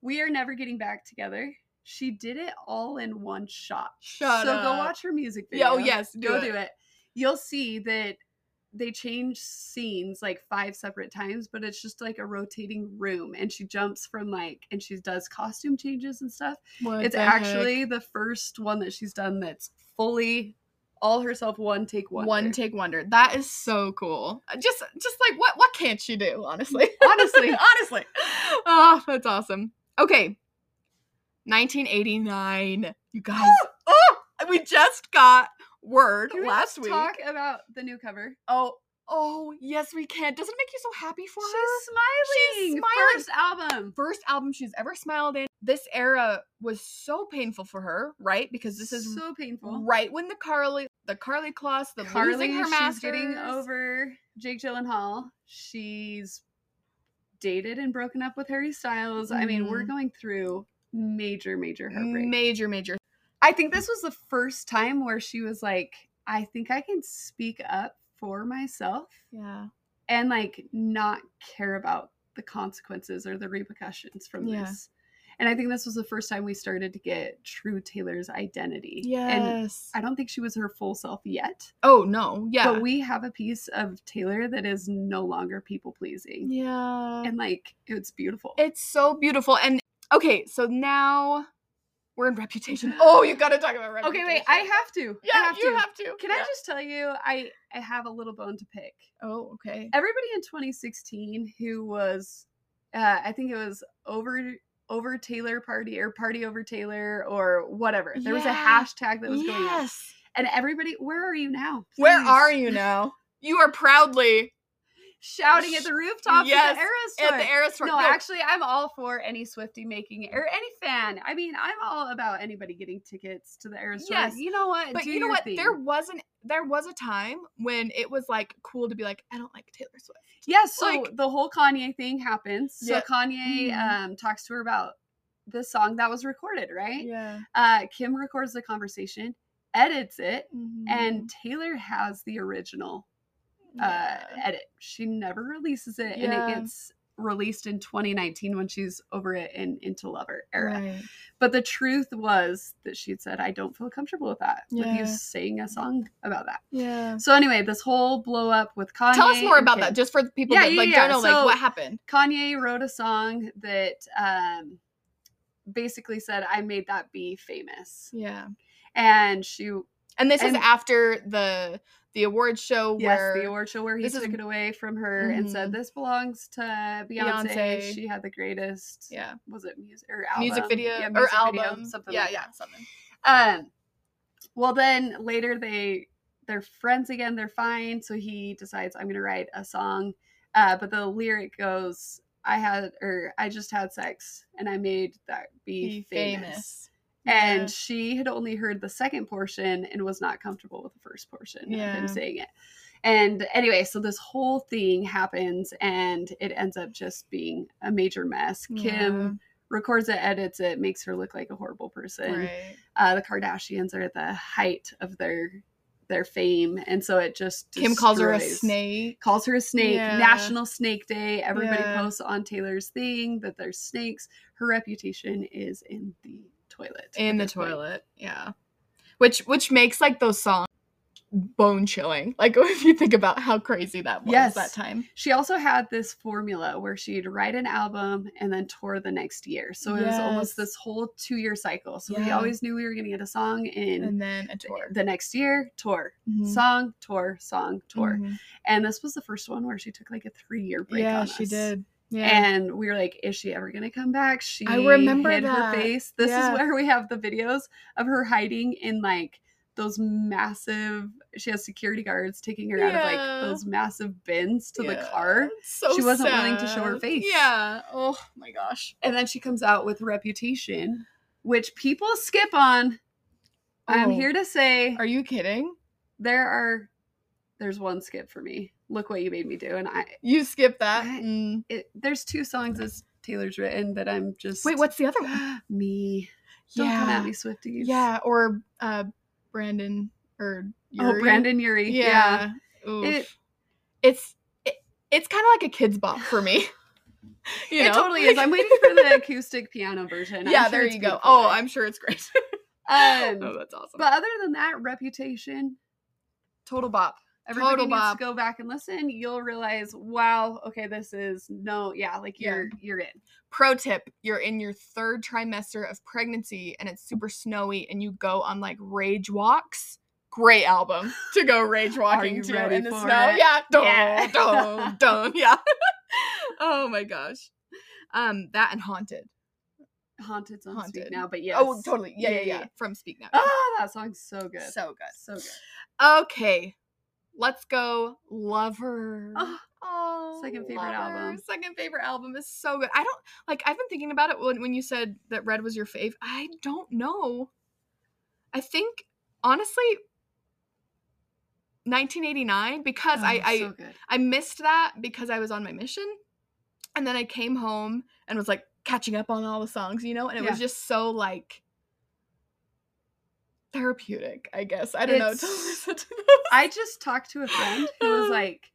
B: We are never getting back together. She did it all in one shot.
A: Shut
B: so go
A: up.
B: watch her music
A: Yeah,
B: video.
A: oh, yes, do
B: go
A: it.
B: do it. You'll see that they change scenes like five separate times, but it's just like a rotating room, and she jumps from like, and she does costume changes and stuff.
A: What
B: it's
A: the heck?
B: actually the first one that she's done that's fully all herself, one take, one.
A: one
B: <gasps>
A: take wonder. That is so cool. Uh, Just just like what what can't she do? <laughs> Honestly,
B: Honestly.
A: honestly. Oh, that's awesome. Okay, 1989. <gasps> You guys. oh, we just got word <laughs>
B: Can we
A: last
B: just
A: week.
B: Talk about the new cover.
A: Oh, oh, yes, we can. Doesn't it make you so happy for her?
B: She's smiling.
A: smiling.
B: First album.
A: First album she's ever smiled in. This era was so painful for her, right? Because this is
B: so painful.
A: right when the Carly, the Carly Kloss, the losing her
B: she's
A: masters.
B: getting over Jake Gyllenhaal. She's dated and broken up with Harry Styles. I mean, we're
A: Mhm.
B: going through major, major
A: Mm-hmm.
B: heartbreak.
A: Major, major.
B: I think this was the first time where she was like, "I think I can speak up for myself
A: Yeah.
B: and like not care about the consequences or the repercussions from
A: Yeah.
B: this." And I think this was the first time we started to get true Taylor's identity. And I don't think she was her full self yet.
A: oh no. Yeah.
B: But we have a piece of Taylor that is no longer people pleasing.
A: yeah.
B: And like it's beautiful.
A: it's so beautiful. And okay, so now we're in
B: <laughs>
A: Reputation. Oh, you got to talk about Reputation.
B: okay, wait, I have to.
A: Yeah,
B: I have
A: you
B: to.
A: have to.
B: Can I
A: Yeah.
B: just tell you I I have a little bone to pick.
A: Oh, okay.
B: Everybody in 2016 who was uh I think it was over over Taylor party or party over Taylor or whatever. There was a
A: Yeah.
B: hashtag that was going on. And everybody, where are you now?
A: Where are
B: Please. <laughs>
A: you now? You are proudly
B: Shouting at the rooftops
A: Yes,
B: at the Era
A: at the
B: Store.
A: Eras for
B: No, actually, I'm all for any Swifty making or any fan. I mean, I'm all about anybody getting tickets to the Arizona.
A: Yes,
B: you know what?
A: but
B: Do
A: you know
B: your
A: what?
B: thing.
A: There wasn't there was a time when it was like cool to be like, I don't like Taylor Swift.
B: yes. So
A: like-
B: the whole Kanye thing happens. So
A: Yeah.
B: Kanye
A: Mhm.
B: um, talks to her about the song that was recorded, right?
A: Yeah.
B: Uh, Kim records the conversation, edits it, and
A: Mm-hmm.
B: Taylor has the original uh, edit. She never releases it, and
A: Yeah.
B: it gets released in 2019 when she's over it in Into Lover era. But the truth was that she had said, I don't feel comfortable with that, with
A: Yeah.
B: you singing a song about that.
A: Yeah.
B: So, anyway, this whole blow up with Kanye.
A: Tell us more
B: and
A: about
B: Kim.
A: that, just for the people
B: Yeah,
A: that
B: yeah,
A: like
B: yeah.
A: don't know,
B: So-
A: like what happened.
B: Kanye wrote a song that um, basically said, I made that be famous.
A: Yeah,
B: And she,
A: and this
B: And-
A: is after the the award show
B: yes,
A: where
B: the award show where he
A: this is-
B: took it away from her and said,
A: Mhm.
B: This belongs to Beyonce.
A: Beyonce.
B: She had the greatest,
A: yeah
B: was it music or album?
A: music video
B: Yeah,
A: or
B: music video,
A: album
B: something
A: yeah
B: like
A: yeah
B: that.
A: something
B: Um, well, then later they they're friends again. They're fine. So he decides I'm gonna write a song, uh, but the lyric goes, "I had or I just had sex and I made that be, famous. and she had only heard the second portion and was not comfortable with the first portion of
A: Yeah.
B: him saying it. And anyway, so this whole thing happens and it ends up just being a major mess. Kim records it, edits it, makes her look like a horrible person.
A: right.
B: Uh, the Kardashians are at the height of their their fame, and so it just
A: Kim calls her a
B: destroys-
A: snake.
B: Calls her a snake.
A: Yeah.
B: National Snake Day. Everybody
A: Yeah.
B: posts on Taylor's thing that there's snakes. Her reputation is in the toilet.
A: in
B: at
A: the
B: this point.
A: toilet. Yeah. Which which makes like those songs bone chilling. Like <laughs> if you think about how crazy that was
B: Yes.
A: that time.
B: She also had this formula where she'd write an album and then tour the next year. So it was
A: Yes.
B: almost this whole two year cycle. So we
A: Yeah.
B: always knew we were going to get a song in
A: And then a tour.
B: the next year, tour,
A: Mhm.
B: song, tour, song, tour.
A: Mhm.
B: And this was the first one where she took like a three year break.
A: Yeah,
B: on
A: she
B: us.
A: did. Yeah.
B: And we were like, is she ever gonna come back? She
A: remember
B: hid
A: that.
B: her face. This
A: Yeah.
B: is where we have the videos of her hiding in like those massive she has security guards taking her out of
A: Yeah.
B: like those massive bins to the
A: Yeah.
B: car.
A: It's So
B: She wasn't willing to show her
A: sad.
B: face.
A: Yeah. Oh my gosh.
B: And then she comes out with reputation, which people skip on. I'm
A: Oh,
B: here to say
A: Are you kidding?
B: there are there's one skip for me. Look what you made me do. And I
A: You skipped that.
B: What?
A: Mm.
B: it, there's two songs as Taylor's written that I'm just
A: Wait, what's the other <gasps> one?
B: <gasps> me. Don't come at me, Swifties.
A: Yeah, or uh Brandon or
B: Oh,
A: Yuri.
B: Brandon Yuri. Yeah.
A: Yeah. Oof.
B: It-
A: it's it, it's kind of like a kid's bop for me.
B: <laughs>
A: <laughs> you
B: It
A: know?
B: totally is. I'm waiting
A: <laughs>
B: for the acoustic piano version. I'm
A: yeah,
B: sure
A: there
B: it's
A: you go.
B: beautiful,
A: Oh,
B: though.
A: I'm sure it's great. <laughs>
B: Um,
A: oh, that's awesome.
B: But other than that, reputation, total bop. Everybody
A: Total
B: needs
A: bop.
B: to go back and listen. You'll realize, wow, okay, this is no, yeah, like
A: Yeah.
B: you're you're in.
A: Pro tip: You're in your third trimester of pregnancy, and it's super snowy, and you go on like rage walks. Great album to go rage
B: <laughs>
A: walking
B: you
A: to
B: ready
A: in the
B: for
A: snow.
B: it?
A: Yeah, dun,
B: Yeah. <laughs>
A: dun, dun, yeah. <laughs> oh my gosh, um, that and haunted.
B: Haunted's on
A: Haunted.
B: speak now, but yes.
A: Oh, totally. Yeah, yeah,
B: Yeah,
A: yeah.
B: yeah.
A: From Speak Now.
B: Oh, that song's so good. So
A: So good.
B: good.
A: Okay, let's go. Lover.
B: Oh,
A: Oh,
B: Second favorite album.
A: Second favorite album is so good. I don't like. I've been thinking about it when when you said that Red was your fave. I don't know. I think honestly, 1989 because I
B: Oh,
A: I
B: so good.
A: I missed that because I was on my mission, and then I came home and was like catching up on all the songs, you know, and it was
B: Yeah.
A: just so like therapeutic. I guess I don't know to
B: It's-
A: listen
B: <laughs>
A: to. Those.
B: I just talked to a friend who
A: <laughs>
B: was like,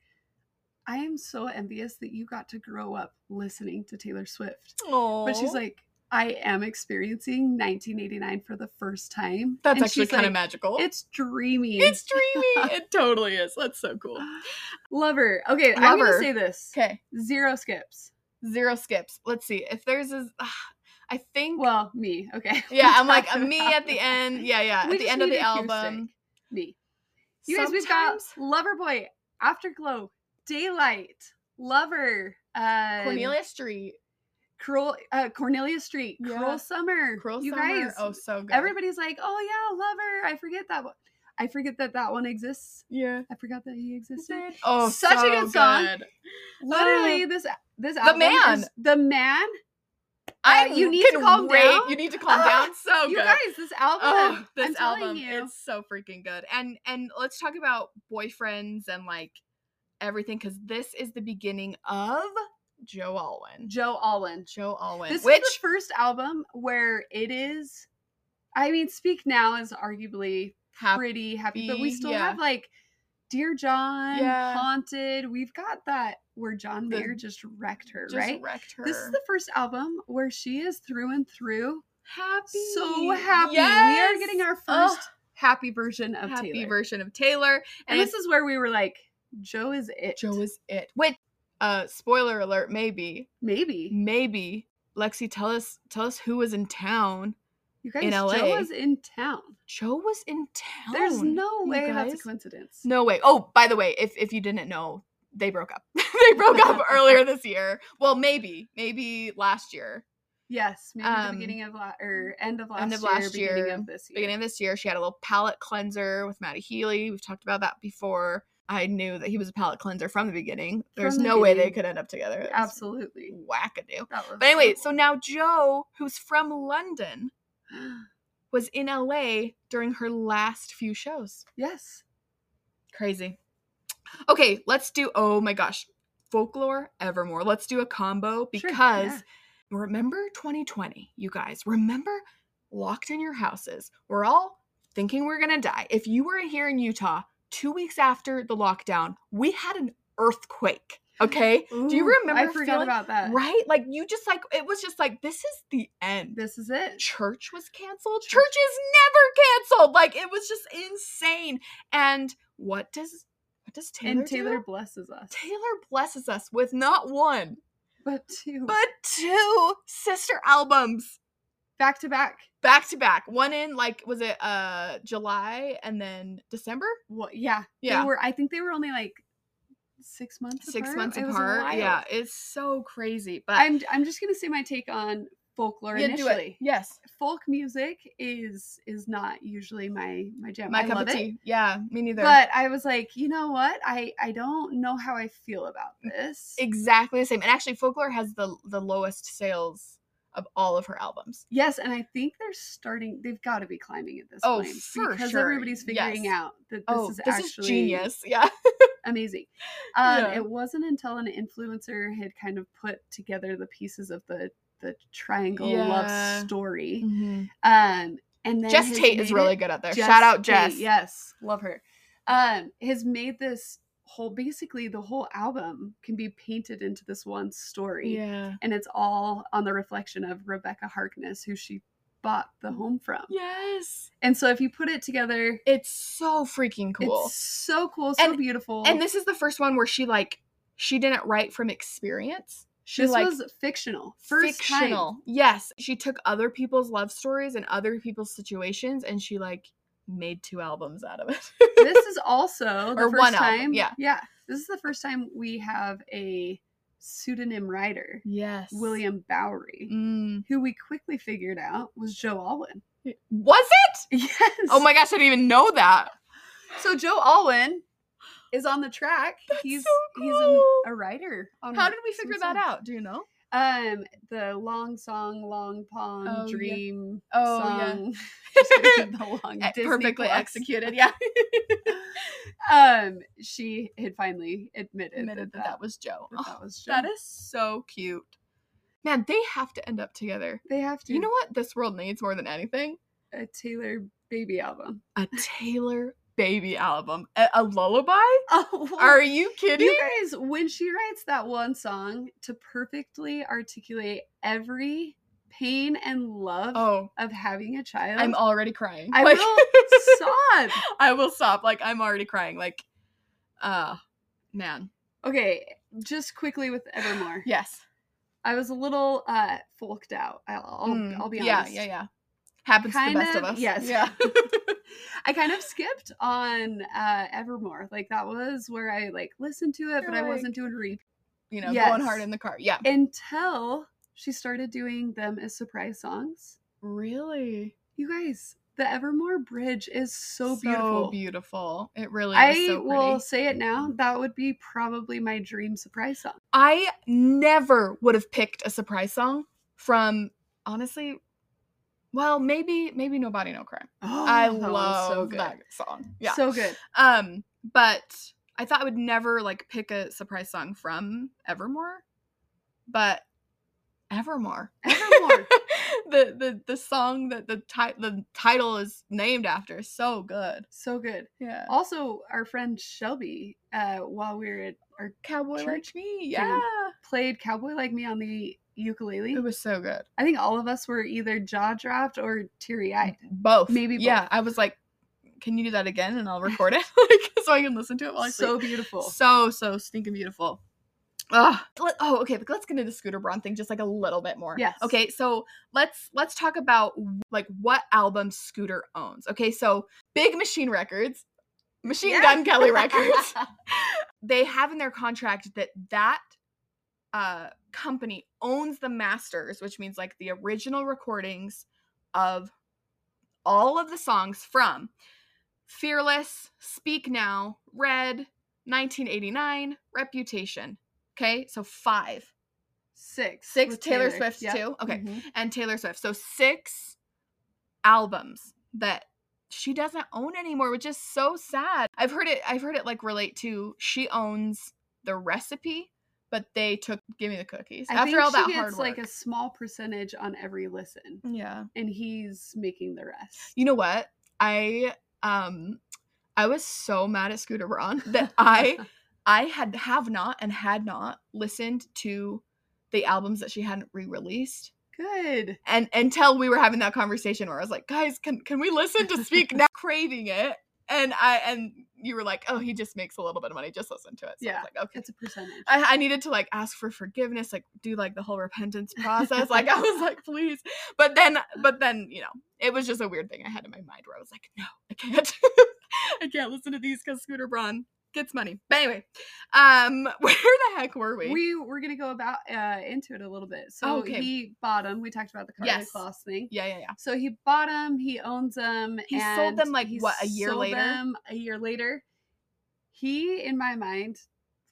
B: I am so envious that you got to grow up listening to Taylor Swift. But she's
A: Aw.
B: like, I am experiencing 1989 for the first time.
A: That's
B: And
A: actually
B: she's
A: kind of
B: like,
A: magical.
B: It's dreamy. Uh,
A: It's
B: <laughs>
A: dreamy. it totally is. That's so cool.
B: Lover. Okay, I'm
A: Lover.
B: gonna say this.
A: Okay,
B: Zero skips.
A: zero skips. Let's see if there's a. Uh, <sighs> I think.
B: Well, me. Okay.
A: <laughs> yeah,
B: We're
A: I'm
B: <laughs>
A: like a
B: talking
A: me
B: about-
A: at the end. Yeah, yeah,
B: We
A: at the
B: just
A: end of
B: need
A: the
B: acoustic.
A: album.
B: Me. You guys, we've got Loverboy, Afterglow, Daylight, Lover, uh,
A: Cornelia Street,
B: Cruel, uh, Cornelia Street,
A: Yeah.
B: Cruel Summer.
A: Cruel
B: you
A: Summer.
B: guys,
A: oh, so good.
B: everybody's like, oh yeah, Lover. I forget that one. I forget that that one exists.
A: yeah.
B: <laughs> I forgot that he existed.
A: Oh,
B: Such a
A: so
B: good song. Uh,
A: good.
B: Literally, this this album
A: Uh, man.
B: is the man.
A: I
B: you need to
A: can
B: calm
A: wait.
B: down.
A: You need to
B: <laughs>
A: calm
B: Ah,
A: down. So
B: you
A: good.
B: guys, this album.
A: Oh, this
B: I'm telling
A: album
B: you.
A: it's so freaking good. And and let's talk about boyfriends and like everything because this is the beginning of Joe Alwyn.
B: Joe Alwyn.
A: Joe Alwyn,
B: This
A: which
B: is the first album where it is. I mean, Speak Now is arguably
A: hap-
B: pretty happy, but we
A: happy,
B: still
A: yeah.
B: have like Dear John,
A: Yeah.
B: Haunted. We've got that where John
A: The-
B: Mayer just wrecked her,
A: just
B: right?
A: wrecked her.
B: This is the first album where she is through and through
A: happy,
B: so happy. We are getting
A: Yes!
B: our
A: Ugh,
B: first happy version of
A: happy
B: Taylor.
A: version of Taylor.
B: and
A: and
B: this is where we were like, Joe is it.
A: Joe is it. Which, uh, spoiler alert, maybe,
B: maybe
A: maybe Lexi, tell us, tell us who was in town.
B: you guys.
A: in LA.
B: Joe is in town.
A: Joe was in town.
B: There's no
A: Oh, you
B: way that's
A: guys.
B: a coincidence.
A: No way. Oh, by the way, if if you didn't know, they broke up. <laughs> they broke
B: <laughs>
A: up earlier this year. Well, maybe, maybe last year,
B: Yes, maybe the
A: Um,
B: beginning of la- or end of last
A: end of
B: year,
A: last
B: beginning
A: year,
B: of this year.
A: beginning of this year, she had a little palette cleanser with Maddie Healy. We've talked about that before. I knew that he was a palette cleanser from the beginning. There's
B: the
A: no way they
B: beginning.
A: could end up together. It was
B: Absolutely.
A: wackadoo.
B: That was
A: But anyway, so
B: horrible.
A: now Joe, who's from London, was in LA during her last few shows.
B: <gasps> Yes.
A: Crazy. Okay, let's do oh my gosh, folklore evermore. Let's do a combo
B: Sure,
A: because
B: yeah.
A: remember 2020, you guys. Remember locked in your houses. We're all thinking we're going to die. If you were here in Utah 2 weeks after the lockdown, we had an earthquake. Okay? do you
B: Ooh,
A: remember
B: I forgot
A: feeling-
B: about that.
A: Right? Like you just like it was just like this is the end
B: This is it.
A: church was canceled.
B: Church.
A: Church is never canceled. Like it was just insane. And what does what does Taylor
B: and Taylor
A: do?
B: blesses us.
A: Taylor blesses us with not one
B: <laughs> But two.
A: but two sister albums
B: back to back.
A: back to back. One in like was it uh July and then December?
B: What? Yeah.
A: Yeah.
B: They were. I think they were only like six months.
A: Six
B: apart.
A: months
B: It was
A: apart.
B: wild.
A: Yeah, it's so crazy. But
B: I'm. I'm just gonna say my take on folklore
A: Uh, Yeah, do it.
B: initially.
A: Yes,
B: Folk music is is not usually my my jam.
A: my
B: I
A: cup
B: love
A: of
B: it,
A: tea. Yeah, me neither.
B: But I was like, you know what? I I don't know how I feel about
A: Mm,
B: this.
A: exactly the same. And actually, folklore has the the lowest sales of all of her albums.
B: Yes, and I think they're starting. They've got to be climbing at this
A: Oh,
B: point
A: for
B: because
A: sure.
B: everybody's figuring
A: Yes. Oh,
B: out that this is actually
A: genius. <laughs> Yeah.
B: amazing. Um,
A: Yeah.
B: It wasn't until an influencer had kind of put together the pieces of the the triangle
A: Yeah. Mm.
B: love story, um, and then
A: Jess
B: has
A: Tate is
B: made
A: really
B: it-
A: good out there.
B: Jess
A: Shout out
B: Tate,
A: Jess.
B: yes, love her. Um, has made this whole basically the whole album can be painted into this one story,
A: Yeah.
B: and it's all on the reflection of Rebecca Harkness, who she bought the home from.
A: Yes.
B: And so if you put it together,
A: It's so freaking cool.
B: it's so cool, so
A: And-
B: beautiful.
A: And this is the first one where she like she didn't write from experience. She
B: this
A: like
B: was fictional. First
A: fictional.
B: time.
A: Yes. She took other people's love stories and other people's situations and she like made two albums out of it. <laughs>
B: This is also the
A: Or
B: first
A: one album,
B: time.
A: yeah.
B: Yeah. This is the first time we have a pseudonym writer,
A: yes.
B: William Bowery,
A: Mm.
B: who we quickly figured out was Joe Alwyn. <laughs>
A: Was it?
B: Yes.
A: Oh my gosh, I didn't even know that.
B: So Joe Alwyn is on the track. he's
A: so
B: he's an,
A: cool.
B: a writer. On
A: How did we
B: some
A: figure that
B: songs.
A: out? Do you know?
B: Um, the long song, long pond,
A: Oh, yeah.
B: dream
A: Oh, yeah. <laughs>
B: song. Just gonna keep the long
A: Eh,
B: Disney
A: perfectly
B: plus.
A: executed. Yeah.
B: <laughs> Um, she had finally admitted,
A: Admitted that that was Joe. Oh,
B: that, that was
A: <laughs> That
B: Joe.
A: is so cute. Man, they have to end up together.
B: They have to.
A: You know what this world needs more than anything?
B: a Taylor baby album. <laughs>
A: A Taylor Baby album. A, a lullaby?
B: Oh,
A: Are you kidding?
B: you guys, when she writes that one song to perfectly articulate every pain and love
A: oh,
B: of having a child,
A: I'm already crying.
B: I
A: Like,
B: will sob.
A: <laughs> I will stop. Like I'm already crying. Like, uh, man.
B: Okay, just quickly with Evermore.
A: Yes.
B: I was a little uh folked out. I'll I'll,
A: Mm,
B: I'll be honest.
A: Yeah, yeah, yeah. Happens to
B: Kind
A: the best of,
B: of,
A: us.
B: yes. <laughs>
A: Yeah. <laughs>
B: I kind of skipped on uh Evermore. Like that was where I like listened to it,
A: You're
B: but I
A: like-
B: wasn't doing repeat
A: you know,
B: Yes.
A: going hard in the car. Yeah.
B: until she started doing them as surprise songs.
A: Really?
B: You guys, the Evermore Bridge is so,
A: So
B: beautiful.
A: beautiful. It really
B: I
A: is so pretty.
B: will say it now. That would be probably my dream surprise song.
A: I never would have picked a surprise song from honestly. Well, maybe maybe nobody no crime.
B: Oh,
A: I
B: that one's
A: love
B: so good.
A: that song. Yeah.
B: So good.
A: um, but I thought I would never like pick a surprise song from Evermore, but Evermore.
B: <laughs> Evermore.
A: <laughs> the the the song that the ti- the title is named after is so good.
B: So good.
A: Yeah.
B: Also, our friend Shelby, uh, while we were at our
A: Cowboy
B: Church
A: like me. Yeah.
B: Jam. played Cowboy Like Me on the ukulele.
A: It was so good.
B: I think all of us were either jaw dropped or teary eyed.
A: both
B: Maybe
A: yeah
B: both.
A: i was like can you do that again and i'll record it <laughs> like so i can listen to it while i
B: So
A: sleep
B: beautiful.
A: so so stinking beautiful Ugh. Let- oh okay but let's get into the scooter braun thing just like a little bit more
B: Yes.
A: okay so let's let's talk about like what album scooter owns okay so big machine records machine
B: Yeah.
A: gun
B: <laughs>
A: kelly records they have in their contract that that uh, company owns the masters, which means like the original recordings of all of the songs from Fearless, Speak Now, Red, 1989, Reputation. Okay, so five.
B: Six.
A: Six
B: with
A: Taylor Swift
B: Yep.
A: too? Okay.
B: Mhm.
A: And Taylor Swift. So six albums that she doesn't own anymore, which is so sad. I've heard it I've heard it like relate to she owns the recipe, but they took give me the cookies.
B: I
A: After
B: think
A: all
B: she
A: that
B: gets
A: hard work.
B: like a small percentage on every listen,
A: yeah.
B: and he's making the rest.
A: You know what? I um I was so mad at Scooter
B: <laughs>
A: Braun <laughs> that I I had have not and had not listened to the albums that she hadn't re-released.
B: good.
A: and until we were having that conversation where I was like, guys, can can we listen to Speak Now? <laughs> Craving it, and I and you were like, oh, he just makes a little bit of money, just listen to it. So I
B: Yeah.
A: was like, okay.
B: It's a percentage.
A: I, I needed to like ask for forgiveness, like do like the whole repentance process. Like I was like, please. But then, but then, you know, it was just a weird thing I had in my mind where I was like, no, I can't, <laughs> I can't listen to these because Scooter Braun gets money. But anyway, um, <laughs> where the heck were we?
B: we were gonna go about uh, into it a little bit. So
A: Okay.
B: he bought them. We talked about the Carly
A: Yes.
B: Kloss thing.
A: yeah, yeah, yeah.
B: So he bought them. He owns them.
A: He sold them, like,
B: he
A: what, a year
B: sold
A: later?
B: them a year later, he in my mind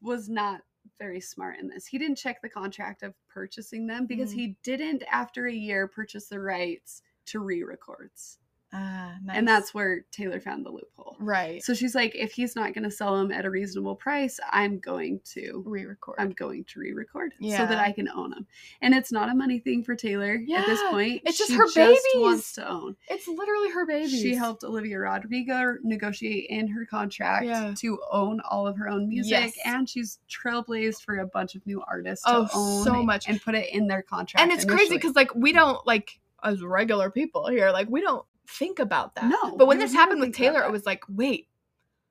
B: was not very smart in this. He didn't check the contract of purchasing them because
A: Mhm.
B: he didn't, after a year, purchase the rights to re-records,
A: Ah,
B: and that's where Taylor found the loophole.
A: right.
B: So she's like, if he's not going to sell them at a reasonable price, I'm going to
A: Re-record.
B: I'm going to re-record so that
A: Yeah.
B: I can own them. And it's not a money thing for Taylor at this
A: Yeah,
B: point.
A: it's just
B: She
A: her
B: wants to own.
A: It's literally her baby.
B: She helped Olivia Rodrigo negotiate in her contract
A: Yeah.
B: to own all of her own music,
A: Yes.
B: and she's trailblazed for a bunch of new artists.
A: Oh,
B: to own
A: so much.
B: and put it in their contract.
A: and it's crazy
B: initially. Mm-hmm.
A: because like we don't like as regular people here, like we don't think about that.
B: No,
A: But when
B: we would
A: this happened
B: never
A: with
B: think about
A: Taylor, it
B: that.
A: was like, wait,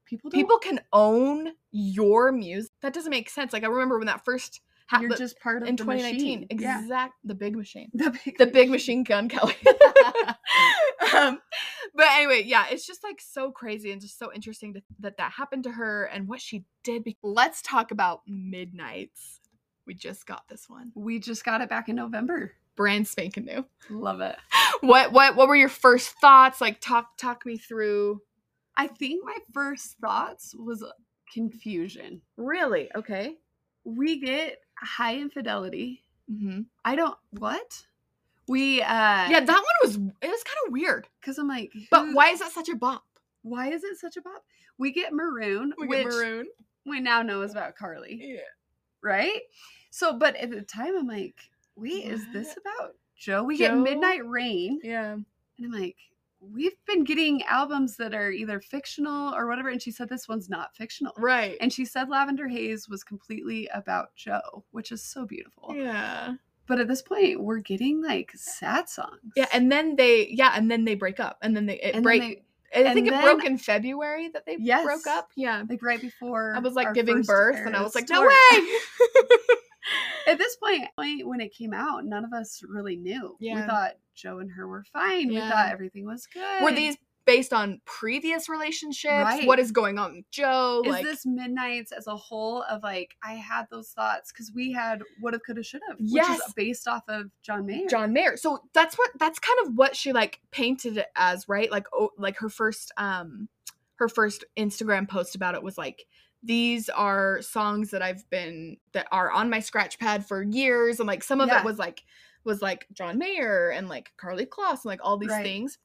B: people don't,
A: people can own your music. That doesn't make sense. Like I remember when that first
B: you're
A: happened
B: just part of
A: in
B: the
A: 2019.
B: machine.
A: Exact the big machine.
B: Yeah. <laughs> The big,
A: The big machine gun,
B: <laughs>
A: Kelly. um, but anyway, yeah, it's just like so crazy and just so interesting to, that that happened to her and what she did. Be- Let's talk about Midnight's. We just got this one.
B: We just got it back in November.
A: Brand spanking new.
B: Love it.
A: what what what were your first thoughts like talk talk me through
B: I think my first thoughts was confusion.
A: really okay
B: we get high infidelity.
A: hmm
B: I don't what we uh Mm.
A: yeah that one was it was kind of weird
B: because I'm like
A: but
B: who-
A: why is that such a bop
B: why is it such a bop? We get maroon,
A: we
B: which
A: get maroon
B: we now know is about Carly,
A: yeah
B: right? So, but at the time I'm like, wait, is this about Joe? We get
A: Joe?
B: Midnight Rain,
A: yeah
B: and I'm like, we've been getting albums that are either fictional or whatever, and she said this one's not fictional.
A: right
B: And she said Lavender Haze was completely about Joe, which is so beautiful.
A: yeah
B: But at this point, we're getting like sad songs.
A: yeah and then they yeah and then they break up and then they it
B: And then
A: break
B: they-
A: i think
B: and
A: it broke
B: then-
A: in february that they
B: Yes.
A: broke up yeah
B: like right before
A: i was like
B: our
A: giving
B: first
A: birth and i
B: Eras
A: was like no
B: tour.
A: way
B: <laughs> At this point, point when it came out, none of us really knew. We
A: Yeah.
B: thought Joe and her were fine. We
A: Yeah.
B: thought everything was <laughs> good.
A: were these based on previous relationships
B: Right.
A: what is going on with joe
B: Is
A: like
B: this midnights as a whole of like I had those thoughts because we had would have, could have, should have, which
A: Yes.
B: is based off of John Mayer.
A: John Mayer. So that's what that's kind of what she like painted it as, right? Like oh, like her first um her first Instagram post about it was like these are songs that I've been that are on my scratch pad for years and like some of
B: Yeah.
A: it was like was like John Mayer and like Carly Kloss and like all these
B: Right.
A: things.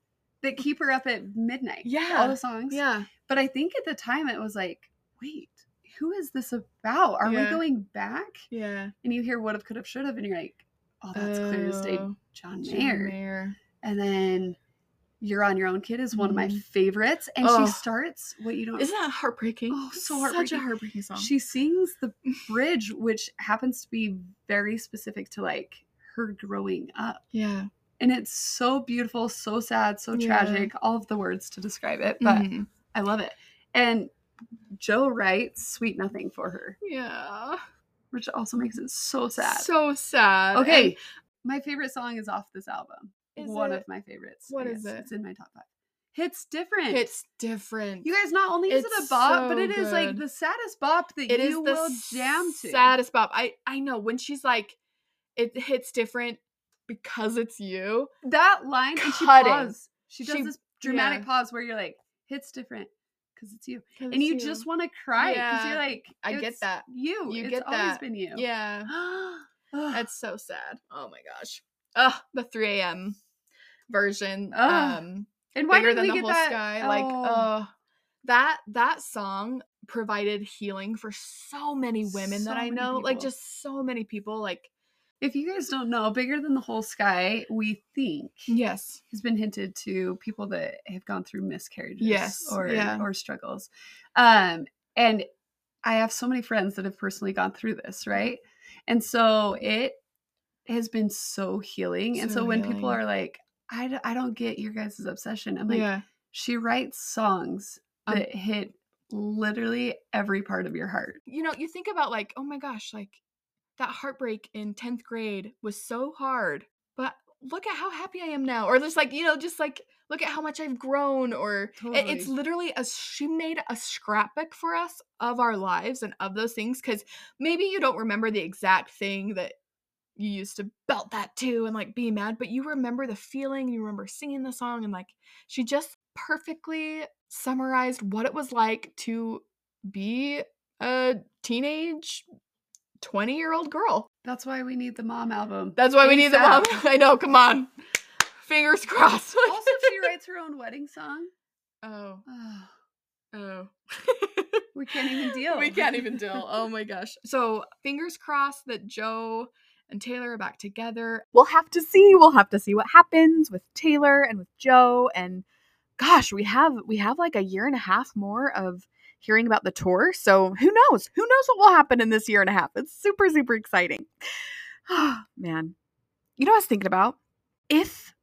B: that keep her up at midnight. all
A: Yeah.
B: the songs.
A: Yeah.
B: But I think at the time it was like, wait, who is this about? Are we
A: Yeah.
B: going back?
A: Yeah.
B: And you hear would have, could have, should have, and you're like, oh, that's clear as day,
A: Oh,
B: John
A: John
B: Mayer.
A: Mayer.
B: And then You're on Your Own Kid is one of my
A: Mhm.
B: favorites. And
A: Oh.
B: she starts what you don't
A: Isn't that heartbreaking?
B: Oh, so
A: Such
B: heartbreaking.
A: a heartbreaking song.
B: she sings
A: <laughs>
B: the bridge, which happens to be very specific to like her growing up.
A: yeah.
B: And it's so beautiful, so sad, so
A: Yeah.
B: tragic, all of the words to describe it, but
A: Mhm.
B: I love it. And Joe writes Sweet Nothing for her,
A: yeah.
B: which also makes it so sad.
A: So sad.
B: okay.
A: And-
B: my favorite song is off this album.
A: Is
B: one
A: it-
B: of my favorites.
A: what
B: I
A: is
B: guess.
A: it?
B: It's in my top five. Hits different.
A: It's different.
B: You guys, not only is it a
A: It's
B: bop, but
A: so
B: it is like
A: good.
B: the saddest bop that
A: It is
B: you
A: the
B: will jam to.
A: saddest bop. I I know when she's like, it hits different because it's you.
B: That line, and she
A: Cutting.
B: pauses. She does
A: She-
B: this dramatic
A: yeah.
B: pause where you're like, "Hits different because it's you," and you just want to cry because
A: Yeah.
B: you're like,
A: I get
B: "It's
A: that.
B: You,
A: You
B: it's
A: get
B: always
A: that.
B: been you."
A: yeah.
B: <gasps> Ugh.
A: That's so sad. Oh my gosh. Ugh, the 3 a.m. version.
B: Ugh.
A: Um,
B: And why
A: bigger
B: did
A: than
B: we
A: the
B: get
A: whole
B: that?
A: sky. Like,
B: Oh,
A: uh, that that song provided healing for so many women
B: So
A: that I
B: many
A: know. Like,
B: people.
A: just so many people. Like,
B: if you guys don't know, bigger than the whole sky, we think
A: yes,
B: has been hinted to people that have gone through miscarriages
A: Yes,
B: or
A: yeah.
B: or struggles. Um and I have so many friends that have personally gone through this, right? And so it has been so healing. and
A: So
B: so when people
A: healing.
B: are like I, d- I don't get your guys' obsession. I'm like,
A: yeah,
B: she writes songs
A: Um,
B: that hit literally every part of your heart.
A: you know, you think about like, oh my gosh, like that heartbreak in 10th grade was so hard, but look at how happy I am now. Or just like, you know, just like, look at how much I've grown. Or it- it's
B: Totally.
A: literally a, she made a scrapbook for us of our lives and of those things. Cause maybe you don't remember the exact thing that you used to belt that to and like be mad, but you remember the feeling, you remember singing the song. And like, she just perfectly summarized what it was like to be a teenage 20 year old girl.
B: That's why we need the mom album.
A: That's why we need the mom. <laughs>
B: ASAP.
A: I know, come on. Fingers crossed.
B: also, if she writes her own wedding song.
A: <laughs>
B: <sighs>
A: oh,
B: Oh,
A: oh.
B: we can't even
A: <laughs>
B: deal.
A: We can't even deal.
B: <laughs>
A: Oh my gosh. So, fingers crossed that Joe and Taylor are back together. We'll have to see. We'll have to see what happens with Taylor and with Joe and gosh, we have we have like a year and a half more of hearing about the tour. So, who knows? Who knows what will happen in this year and a half? It's super super exciting. <sighs> man. You know what I was thinking about? If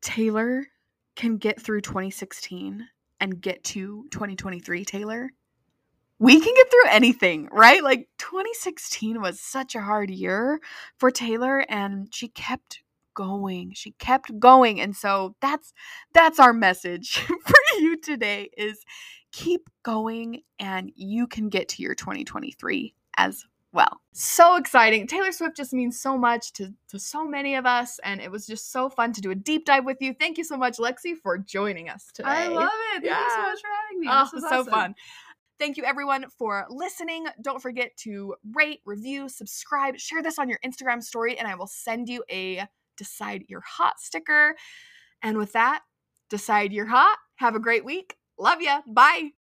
A: Taylor can get through 2016 and get to 2023 Taylor, we can get through anything, right? Like 2016 was such a hard year for Taylor and she kept going. She kept going. And so that's that's our message <laughs> for you today is keep going and you can get to your 2023 as well. So exciting. Taylor Swift just means so much to, to so many of us. And it was just so fun to do a deep dive with you. Thank you so much, Lexi, for joining us today.
B: I love it. <laughs> Thank you so
A: Yeah.
B: much for having me.
A: Oh,
B: this was
A: so
B: awesome.
A: fun. Thank you everyone for listening. Don't forget to rate, review, subscribe, share this on your Instagram story, and I will send you a Decide Your Hot sticker. And with that, decide you're hot. Have a great week. Love ya. Bye.